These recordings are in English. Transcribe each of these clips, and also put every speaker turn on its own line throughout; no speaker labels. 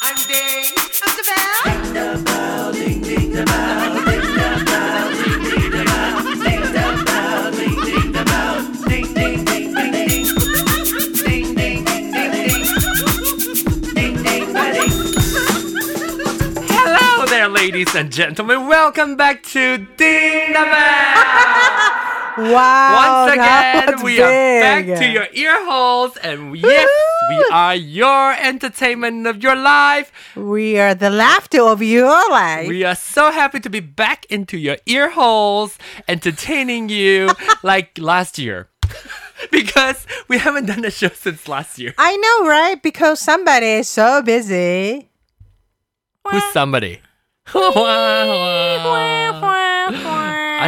I'm Ding. I'm the bell.
Hello there, ladies and gentlemen. Welcome back to Ding the Bell.
Wow.
Once
Oh, that
again,
was
we are back
big.
to your ear holes, and yes, we are your entertainment of your life.
We are the laughter of your life.
We are so happy to be back into your ear holes, entertaining you like last year. because we haven't done a show since last year.
I know, right? Because somebody is so busy.
Who's somebody? I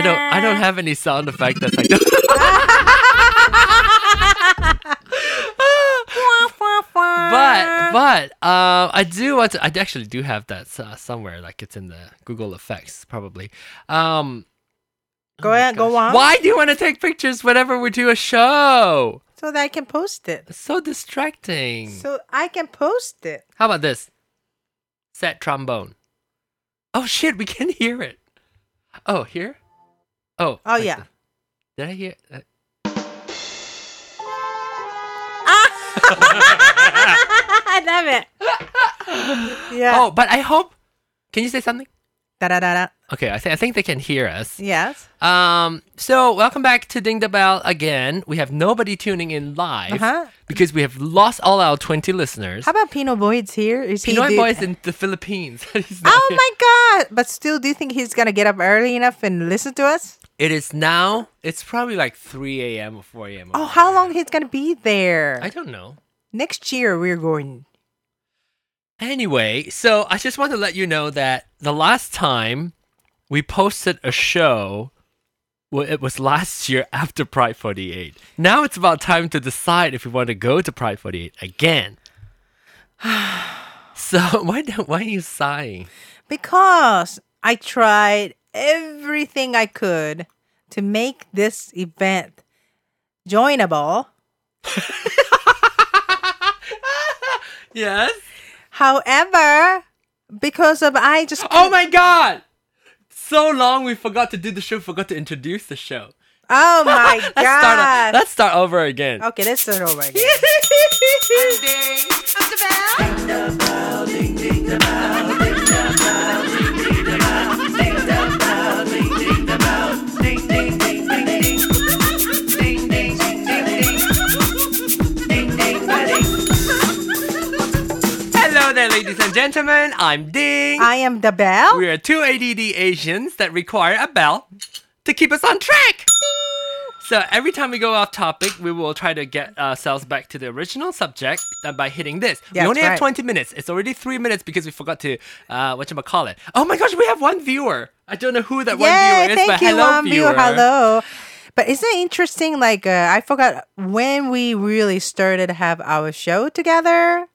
don't I don't have any sound effect that's like But but um, I do want to. I actually do have that uh, somewhere. Like it's in the Google Effects probably. Um, Oh
go ahead, go on.
why do you want to take pictures whenever we do a show?
So that I can post it.
It's so distracting.
So I can post it.
How about this? Set trombone. Oh shit! We can hear it. Oh here. Oh.
Oh
like
yeah.
the- did I hear? Uh,
Ah! I love it. Yeah.
Oh, but I hope. Can you say something?
Da da da da.
Okay, I, th- I think they can hear us.
Yes.
Um, so welcome back to Ding the Bell again. We have nobody tuning in live
Uh-huh.
because we have lost all our 20 listeners.
How about Pino Boyd's here? Is he
Pinoy
do-
boys in the Philippines. He's not
Oh
here.
my god! But still, do you think he's gonna get up early enough and listen to us?
It is now. It's probably like 3 a.m. or 4 a.m.
Oh, how long he's gonna be there?
I don't know.
Next year we're going.
Anyway, so I just want to let you know that the last time we posted a show, well, it was last year after Pride 48. Now it's about time to decide if we want to go to Pride 48 again. so why don't, why are you sighing?
Because I tried everything I could to make this event joinable.
Yes.
However, because of I just
Oh my god! So long we forgot to do the show, forgot to introduce the show.
oh my
Let's start o-
god.
let's start over again.
okay, let's start over again.
Hello there, ladies and gentlemen. I'm Ding.
I am the bell.
We are two ADD Asians that require a bell to keep us on track. So every time we go off topic, we will try to get ourselves back to the original subject uh, by hitting this. we
That's
only have
right.
20 minutes. It's already three minutes because we forgot to uh, whatchamacallit. Oh my gosh, we have one viewer. I don't know who that
Yeah,
one viewer is,
thank
but
you,
hello
um,
viewer.
Hello. But isn't it interesting? Like uh, I forgot when we really started to have our show together.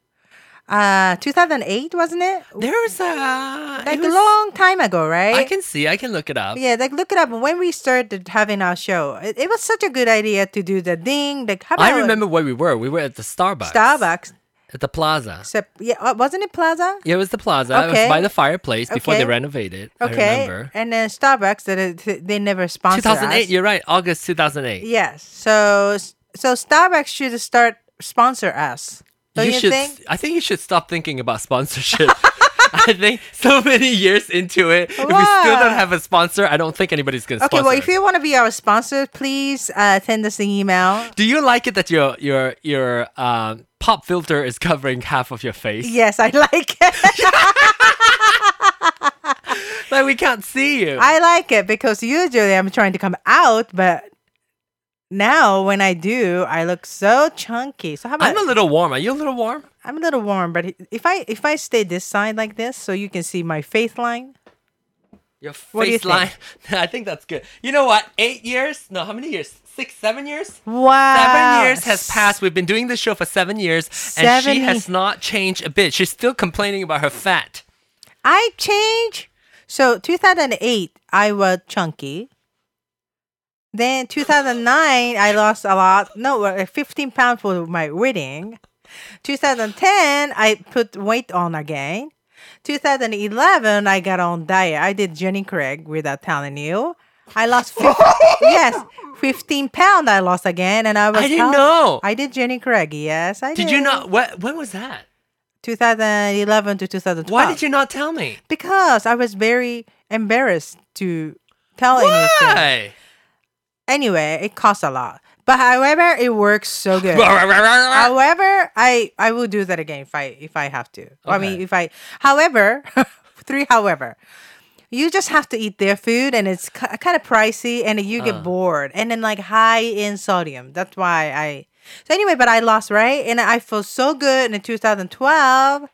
Uh, 2008 wasn't it?
There's a
Like a long time ago, right?
I can see. I can look it up.
yeah, like look it up. When we started having our show, it, it was such a good idea to do the thing. Like how about
I remember where we were. We were at the Starbucks.
Starbucks?
At the plaza.
Except, yeah, uh, wasn't it Plaza?
Yeah, it was the plaza. It was
Okay.
by the fireplace before they
Okay.
renovated. I
Okay,
remember.
and then Starbucks they, they never sponsored
2008.
us.
You're right. August 2008.
Yes. So so Starbucks should start sponsor us. Don't you,
should.
think?
I think you should stop thinking about sponsorship. I think so many years into it, if we still
Wow.
don't have a sponsor, I don't think anybody's gonna
Okay,
sponsor.
well, if
us.
you want to be our sponsor, please uh, send us an email.
Do you like it that your your your um, pop filter is covering half of your face?
Yes, I like it.
Like we can't see you.
I like it because usually I'm trying to come out, but now when I do, I look so chunky. So how about
I'm a little warm. Are you a little warm?
I'm a little warm, but if I if I stay this side like this, so you can see my face line.
Your
What do you
face line. I think that's good. You know what? Eight years? No, how many years? Six, seven years?
Wow,
Seven years has passed. We've been doing this show for seven years, and she
Seven
has
ye-
not changed a bit. She's still complaining about her fat.
I change. So 2008, I was chunky. Then 2009, I lost a lot. No, uh, 15 pounds for my wedding. 2010, I put weight on again. 2011, I got on diet. I did Jenny Craig without telling you. I lost 15, yes, 15 pound. I lost again, and I was
I didn't
health-
know.
I did Jenny Craig. Yes, I did.
Did you not? What? When was that?
2011 to 2012.
Why did you not tell me?
Because I was very embarrassed to tell anything.
Why?
Anyway, it costs a lot, but however, it works so good.
Why?
However, I I will do that again if I if I have to. I mean,
Okay.
if I. However, three. However, you just have to eat their food, and it's ki kind of pricey, and you get bored, and then like high in sodium. That's why I. So anyway, but I lost right, and I feel so good in 2012.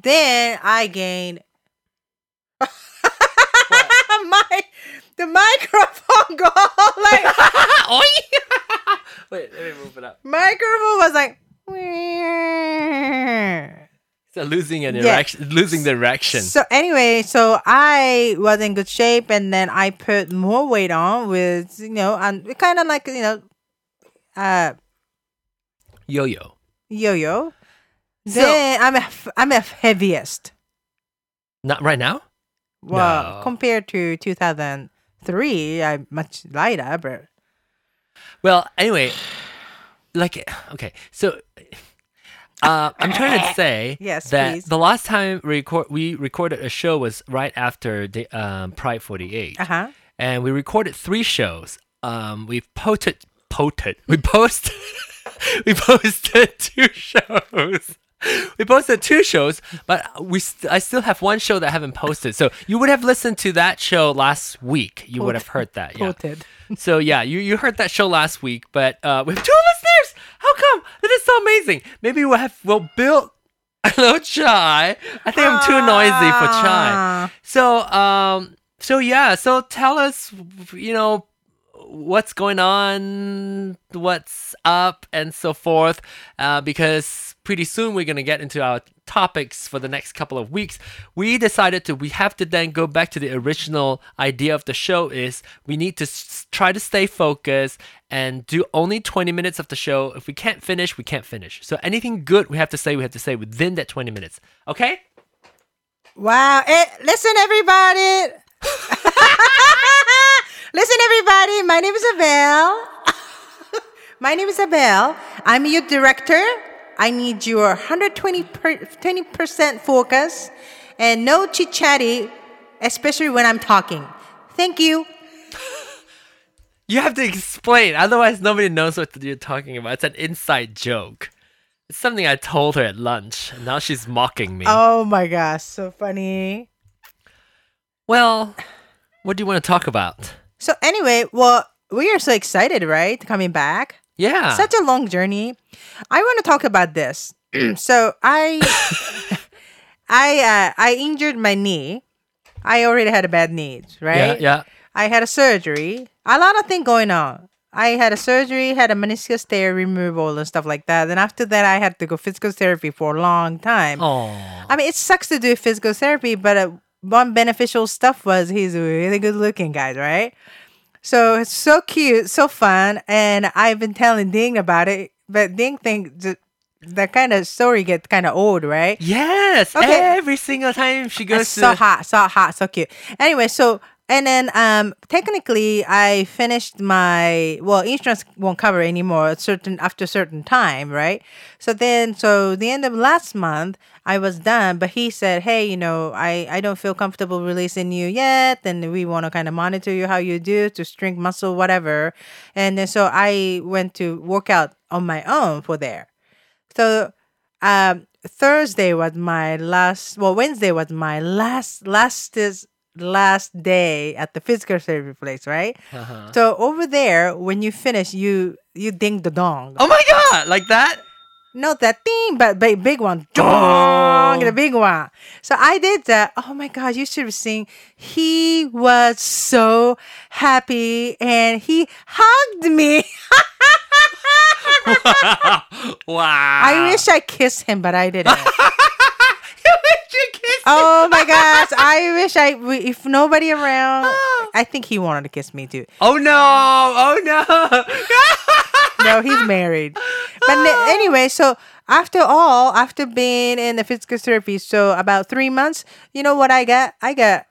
Then I gained. my the microphone go like.
Oi! Wait, let me move it up.
microphone was like "Meow."
So losing an
Yeah.
erection, losing the erection.
so anyway so i was in good shape and then i put more weight on with you know and kind of like you know uh
Yo-yo.
yo-yo
So-
then i'm a, i'm a heaviest
Not right now.
well
No.
compared to 2003 i'm much lighter but
Well, anyway, like okay, so uh, I'm trying to say
Yes,
that
please.
the last time we record we recorded a show was right after the um, Pride 48,
uh-huh
and we recorded three shows. Um, we posted posted we post we posted two shows. We posted two shows, but we st- I still have one show that I haven't posted. So you would have listened to that show last week. You would have heard that. Yeah.
Quoted.
So yeah, you, you heard that show last week, but uh, we have two listeners. How come? That is so amazing. Maybe we'll have we'll build. Hello, Chai. I think I'm too noisy for Chai.
Ah.
So um, so yeah. So tell us, you know, what's going on, what's up, and so forth. Uh, because pretty soon we're gonna get into our topics for the next couple of weeks. We decided to we have to then go back to the original idea of the show is we need to s- try to stay focused and do only 20 minutes of the show. If we can't finish, we can't finish. So anything good we have to say, we have to say within that 20 minutes. Okay?
Wow. Eh, listen, everybody. listen, everybody. My name is Abel. My name is Abel. I'm your director. I need your 120 per, 20% focus and no chit chatty, especially when I'm talking. Thank you.
You have to explain, otherwise nobody knows what you're talking about. It's an inside joke. It's something I told her at lunch, and now she's mocking me.
Oh my gosh, so funny.
Well, what do you want to talk about?
So, anyway, well, we are so excited, right? Coming back.
Yeah.
such a long journey. I want to talk about this.
Mm.
so I, I, uh, I injured my knee. I already had a bad knee, right?
Yeah, yeah.
I had a surgery. A lot of things going on. I had a surgery, had a meniscus tear removal and stuff like that. And after that, I had to go physical therapy for a long time.
Oh.
I mean, it sucks to do physical therapy, but uh, one beneficial stuff was he's a really good looking guy, right? So it's so cute, so fun, and I've been telling Ding about it, but Ding think th- that kind of story gets kind of old, right?
Yes.
Okay.
Every single time she goes
It's so
to
hot, so hot, so cute. Anyway, so and then um technically I finished my well insurance won't cover anymore at certain after a certain time, right? So then so the end of last month I was done, but he said, Hey, you know, I, I don't feel comfortable releasing you yet and we wanna kinda monitor you how you do to strength muscle, whatever. And then so I went to work out on my own for there. So um Thursday was my last well Wednesday was my last last is last day at the physical therapy place, right?
Uh-huh.
So over there when you finish you you ding the dong.
Oh my god, like that?
Not that thing, but big big one. Dong
Oh.
the big one. So I did that. Oh my god, you should have seen he was so happy and he hugged me.
wow.
I wish I kissed him, but I didn't.
you wish you kissed
Oh my gosh! I wish I if nobody around. I think he wanted to kiss me too.
Oh no! Oh no!
no, he's married. But n- anyway, so after all, after being in the physical therapy, so about three months, you know what I got? I got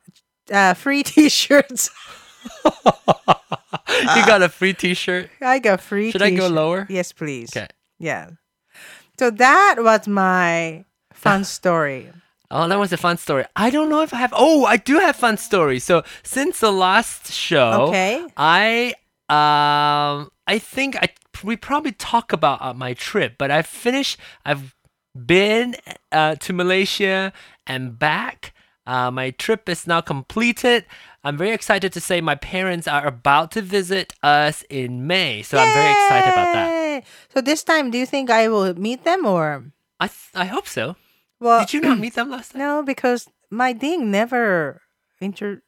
uh, free T-shirts.
you got a free T-shirt.
I got free.
Should I go
t-shirt.
lower?
Yes, please.
Okay.
Yeah. So that was my fun story.
Oh, that was a fun story. I don't know if I have. Oh, I do have fun stories. So since the last show,
Okay.
I um, I think I we probably talk about uh, my trip, but I finished. I've been uh, to Malaysia and back. Uh, my trip is now completed. I'm very excited to say my parents are about to visit us in May, so I'm very excited about that.
Yay! So this time, do you think I will meet them or?
I th- I hope so.
Well,
Did you not meet them last time?
No, because my ding never inter,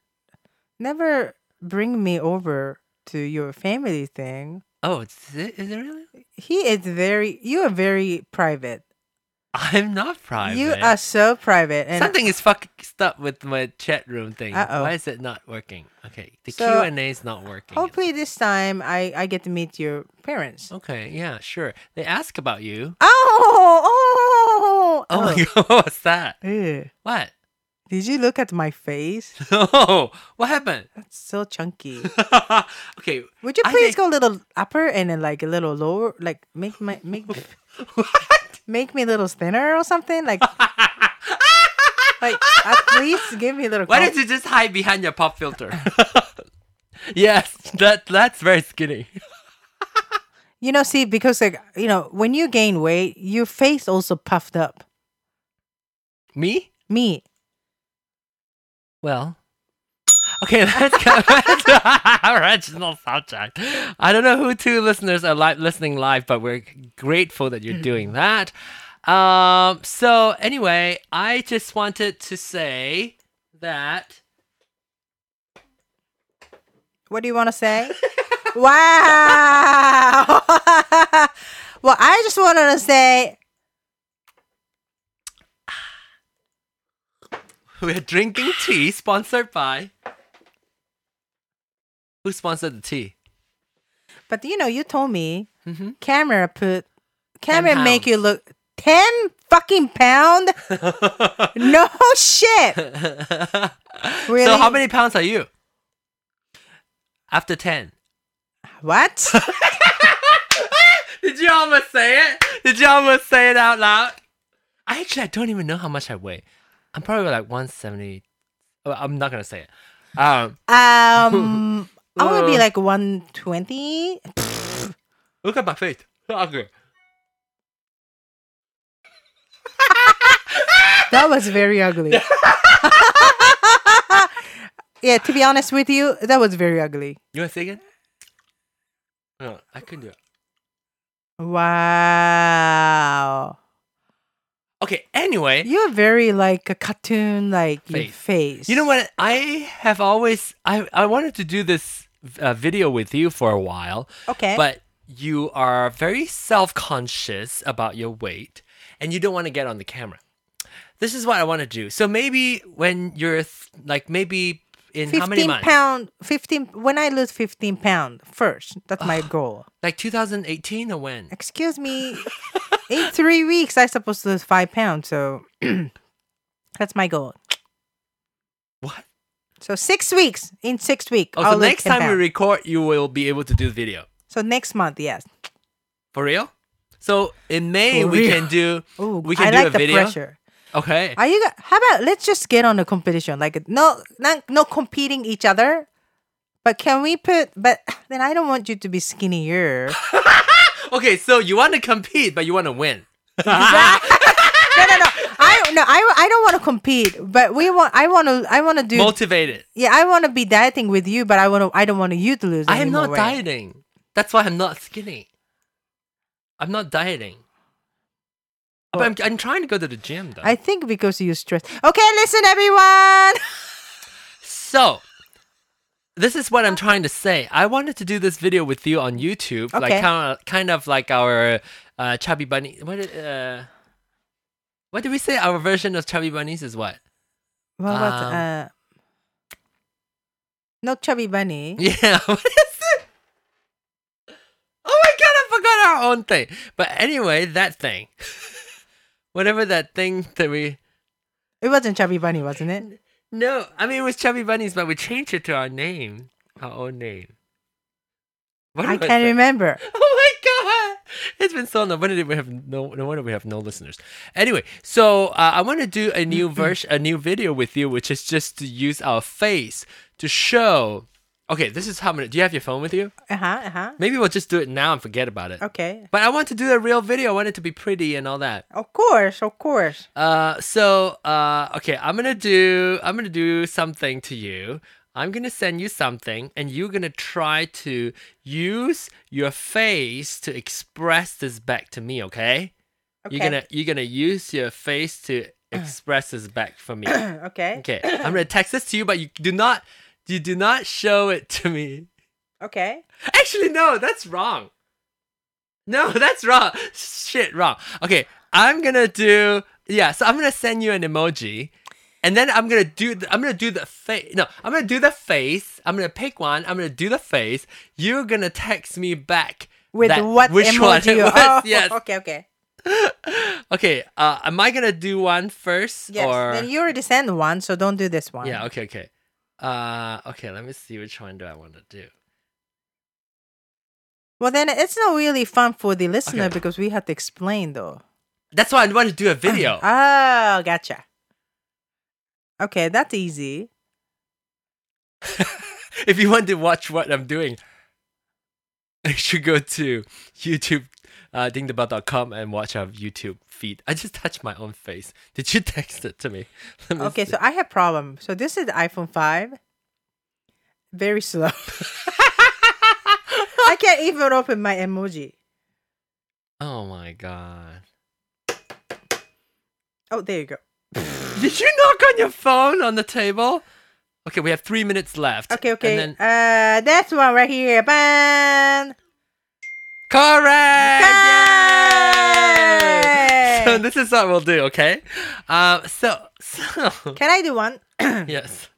never bring me over to your family thing.
Oh, is it, is it really?
He is very. You are very private.
I'm not private.
You are so private. And
Something is fucking stuck with my chat room thing.
Uh-oh.
Why is it not working? Okay, the
So, oh,
Q and A is not working.
hopefully this time I I get to meet your parents.
Okay, yeah, sure. They ask about you.
Oh, oh,
Oh, my god, what was that?
Ew.
What?
Did you look at my face?
Oh, what happened?
That's so chunky.
okay,
Would you
I think-
please go a little upper and then like a little lower? Like make my make
what?
make me a little thinner or something? Like like at least give me a little.
Why
com-
don't you just hide behind your pop filter? yes, that that's very skinny.
You know, see, because like you know, when you gain weight, your face also puffed up.
Me?
Me,
Well. Okay, let's go back to our original subject. I don't know who two listeners are li- listening live, but we're grateful that you're doing that. Um, so anyway, I just wanted to say that
what do you want to say? wow. well, I just wanted to say
we're drinking tea sponsored by who sponsored the tea?
But you know, you told me
Mhm.
camera put camera make
pounds.
you look ten fucking pound. no shit.
So
Really?
how many pounds are you? After ten.
What?
Did you almost say it? Did you almost say it out loud? I actually I don't even know how much I weigh. I'm probably like 170. Well, I'm not gonna say it. Um,
Um, I want to be
Uh.
like one twenty.
look at my face. Okay.
That was very ugly. yeah, to be honest with you, that was very ugly.
You wanna say again? No, I couldn't do it.
Wow,
Okay. Anyway,
you're very like a cartoon like your
Face.
face.
You know what? I have always I I wanted to do this uh, video with you for a while,
Okay.
but you are very self-conscious about your weight and you don't want to get on the camera. This is what I want to do. So maybe when you're th- like maybe in how many
Fifteen
months?
pound, fifteen. When I lose fifteen pound first, that's my goal.
Like 2018 or
Eh,
when?
excuse me in three weeks i supposed to lose five pounds so that's my goal
What?
so six weeks in six weeks
Oh, so next time we record, you will be able to do the video.
so next month yes
For real? So in May
For
we
real.
can do
Ooh,
we can
i
do
like
a
the
video.
pressure
Okay.
are you gu- how about let's just get on the competition like no not no competing each other but can we put but then i don't want you to be skinnier
okay, so you want to compete, but you want to win.
no no no i no i, I don't want to compete but we want i want to i want to do
Motivated.
Yeah, I want to be dieting with you, but I want to. I don't want you to lose.
I
any
am
more
not
weight.
dieting. That's why I'm not skinny. I'm not dieting. But I'm, I'm trying to go to the gym though.
I think because you stress. Okay, listen, everyone.
so, this is what I'm trying to say. I wanted to do this video with you on YouTube, like
Okay.
kind of, kind of like our uh, chubby bunny. What did, uh, what did we say? Our version of chubby bunnies is what?
What about
Um,
uh, no chubby bunny?
Yeah. What is it? Oh my god! I forgot our own thing. But anyway, that thing, whatever that thing that we
It wasn't Chubby Bunny, wasn't it?
no, I mean it was Chubby Bunnies, but we changed it to our name, our own name. What
I
was
can't
it?
remember.
Oh my god! It's been so long. When did we have no? No wonder we have no listeners. Anyway, so uh, I want to do a
Mm-hmm.
new version, a new video with you, which is just to use our face to show. Okay, this is how many. Do you have your phone with you?
Uh huh. Uh huh.
Maybe we'll just do it now and forget about it.
Okay.
But I want to do a real video. I want it to be pretty and all that.
Of course. Of course.
Uh, so uh, okay, I'm gonna do I'm gonna do something to you. I'm gonna send you something, and you're gonna try to use your face to express this back to me. Okay? You're
Okay.
gonna you're gonna use your face to express this back for me.
Uh, Okay.
okay. I'm gonna text this to you, but you do not you do not show it to me.
Okay.
Actually, no, that's wrong. No, that's wrong. Shit, wrong. Okay, I'm gonna do yeah. So I'm gonna send you an emoji, and then I'm gonna do the, I'm gonna do the face. No, I'm gonna do the face. I'm gonna pick one. I'm gonna do the face. You're gonna text me back
With
that-
what
which
emoji?
one it
you-
was.
Oh,
Yes.
Okay. Okay.
Okay. Uh, am I gonna do one first
Yes.
or
Then you already sent one, so don't do this one.
yeah? Okay. Okay. Uh, okay. Let me see which one do I want to do.
Well, then it's not really fun for the listener
Okay.
because we have to explain, though.
That's why I want to do a video.
Oh, gotcha. Okay, that's easy.
if you want to watch what I'm doing, you should go to YouTube, uh, dingdebell.com and watch our YouTube feed. I just touched my own face. Did you text it to me? Let me
Okay,
see.
so I have problem. So this is the iPhone five. Very slow. I can't even open my emoji.
oh my god.
Oh, there you go.
Did you knock on your phone on the table? Okay, we have three minutes left.
Okay, okay.
And then,
Uh, that's one right here. Bam.
correct! Yay!
Yay!
So this is what we'll do, okay? Um, so, so,
Can I do one?
yes.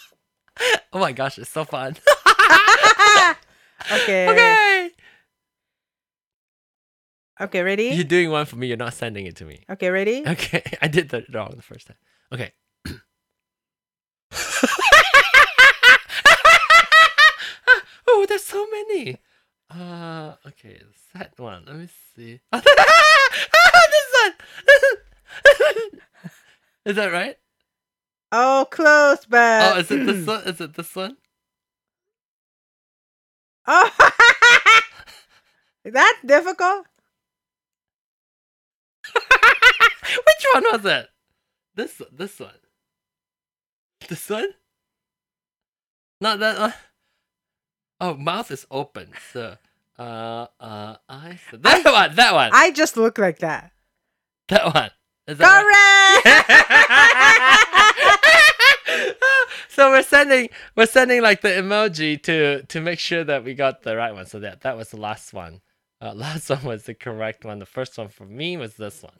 oh my gosh, it's so fun.
Okay.
okay.
Okay, ready?
You're doing one for me. You're not sending it to me.
okay, ready?
Okay, I did that wrong the first time. Okay. oh, there's so many. Uh, okay, that one. Let me see. Ah, this one. is that right?
Oh, close, but
Oh, is it this one? Is it this one?
Oh, that's difficult.
Which one was it? This this one. This one? Not that one. Oh, mouth is open. So, uh, uh, I. So that one. That one.
I just look like that.
that one. Is that right?
Correct.
so we're sending we're sending like the emoji to to make sure that we got the right one. So that that was the last one. Uh, last one was the correct one. The first one for me was this one.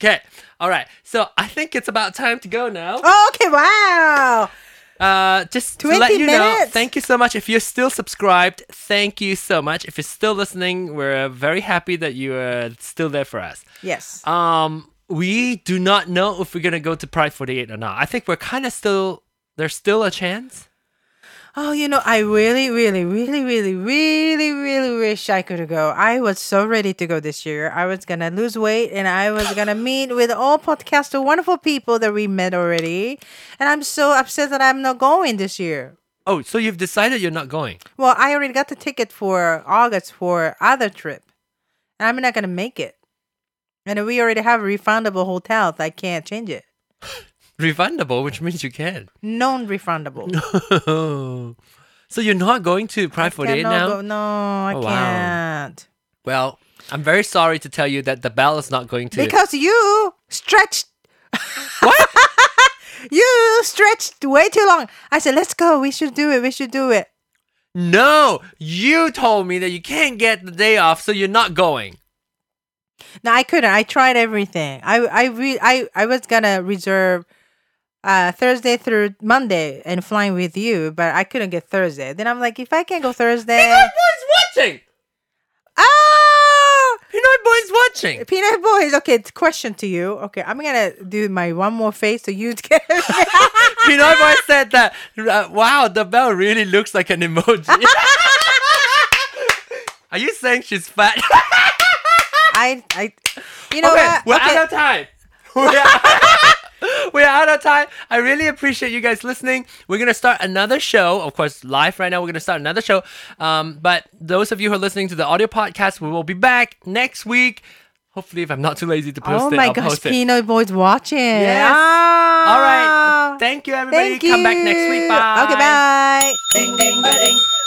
Okay, all right. So I think it's about time to go now.
Oh, okay. Wow.
Uh, just to let
20
you know,
minutes?
thank you so much. If you're still subscribed, thank you so much. If you're still listening, we're very happy that you are still there for us.
Yes.
Um, we do not know if we're gonna go to Pride 48 or not. I think we're kind of still. There's still a chance.
Oh, you know, I really, really, really, really, really, really wish I could go. I was so ready to go this year. I was gonna lose weight, and I was gonna meet with all podcaster, wonderful people that we met already. And I'm so upset that I'm not going this year.
Oh, so you've decided you're not going.
Well, I already got the ticket for August for other trip, and I'm not gonna make it. And we already have a refundable hotel. I can't change it.
Refundable, which means you can.
Non-refundable.
so you're not going to Pride 48
Cannot
now.
go- No, I
Oh, wow.
can't.
Well, I'm very sorry to tell you that the bell is not going to.
Because you stretched. What? you stretched way too long. I said, let's go. We should do it. We should do it.
no, you told me that you can't get the day off, so you're not going.
No, I couldn't. I tried everything. I I re- I I was gonna reserve uh Thursday through Monday and flying with you, but I couldn't get Thursday. Then I'm like, if I can't go Thursday,
Everyone's watching.
oh,
Pinoy boy's watching.
Peanut boys. Okay, it's question to you. Okay, I'm gonna do my one more face so you get.
Pinoy boy said that. uh, wow, the bell really looks like an emoji. Are you saying she's fat?
I, I, you know
okay,
what?
we're
uh, okay.
out of time. We're out, we're out of time. I really appreciate you guys listening. We're gonna start another show, of course, live right now. We're gonna start another show. Um, but those of you who are listening to the audio podcast, we will be back next week. Hopefully, if I'm not too lazy to post
oh
it,
my
I'll
gosh,
post it.
Pinoy boys watching.
Yes.
Ah.
All right. Thank you, everybody.
Thank you.
Come back next week. Bye.
Okay, bye.
Ding, ding, ba, ding.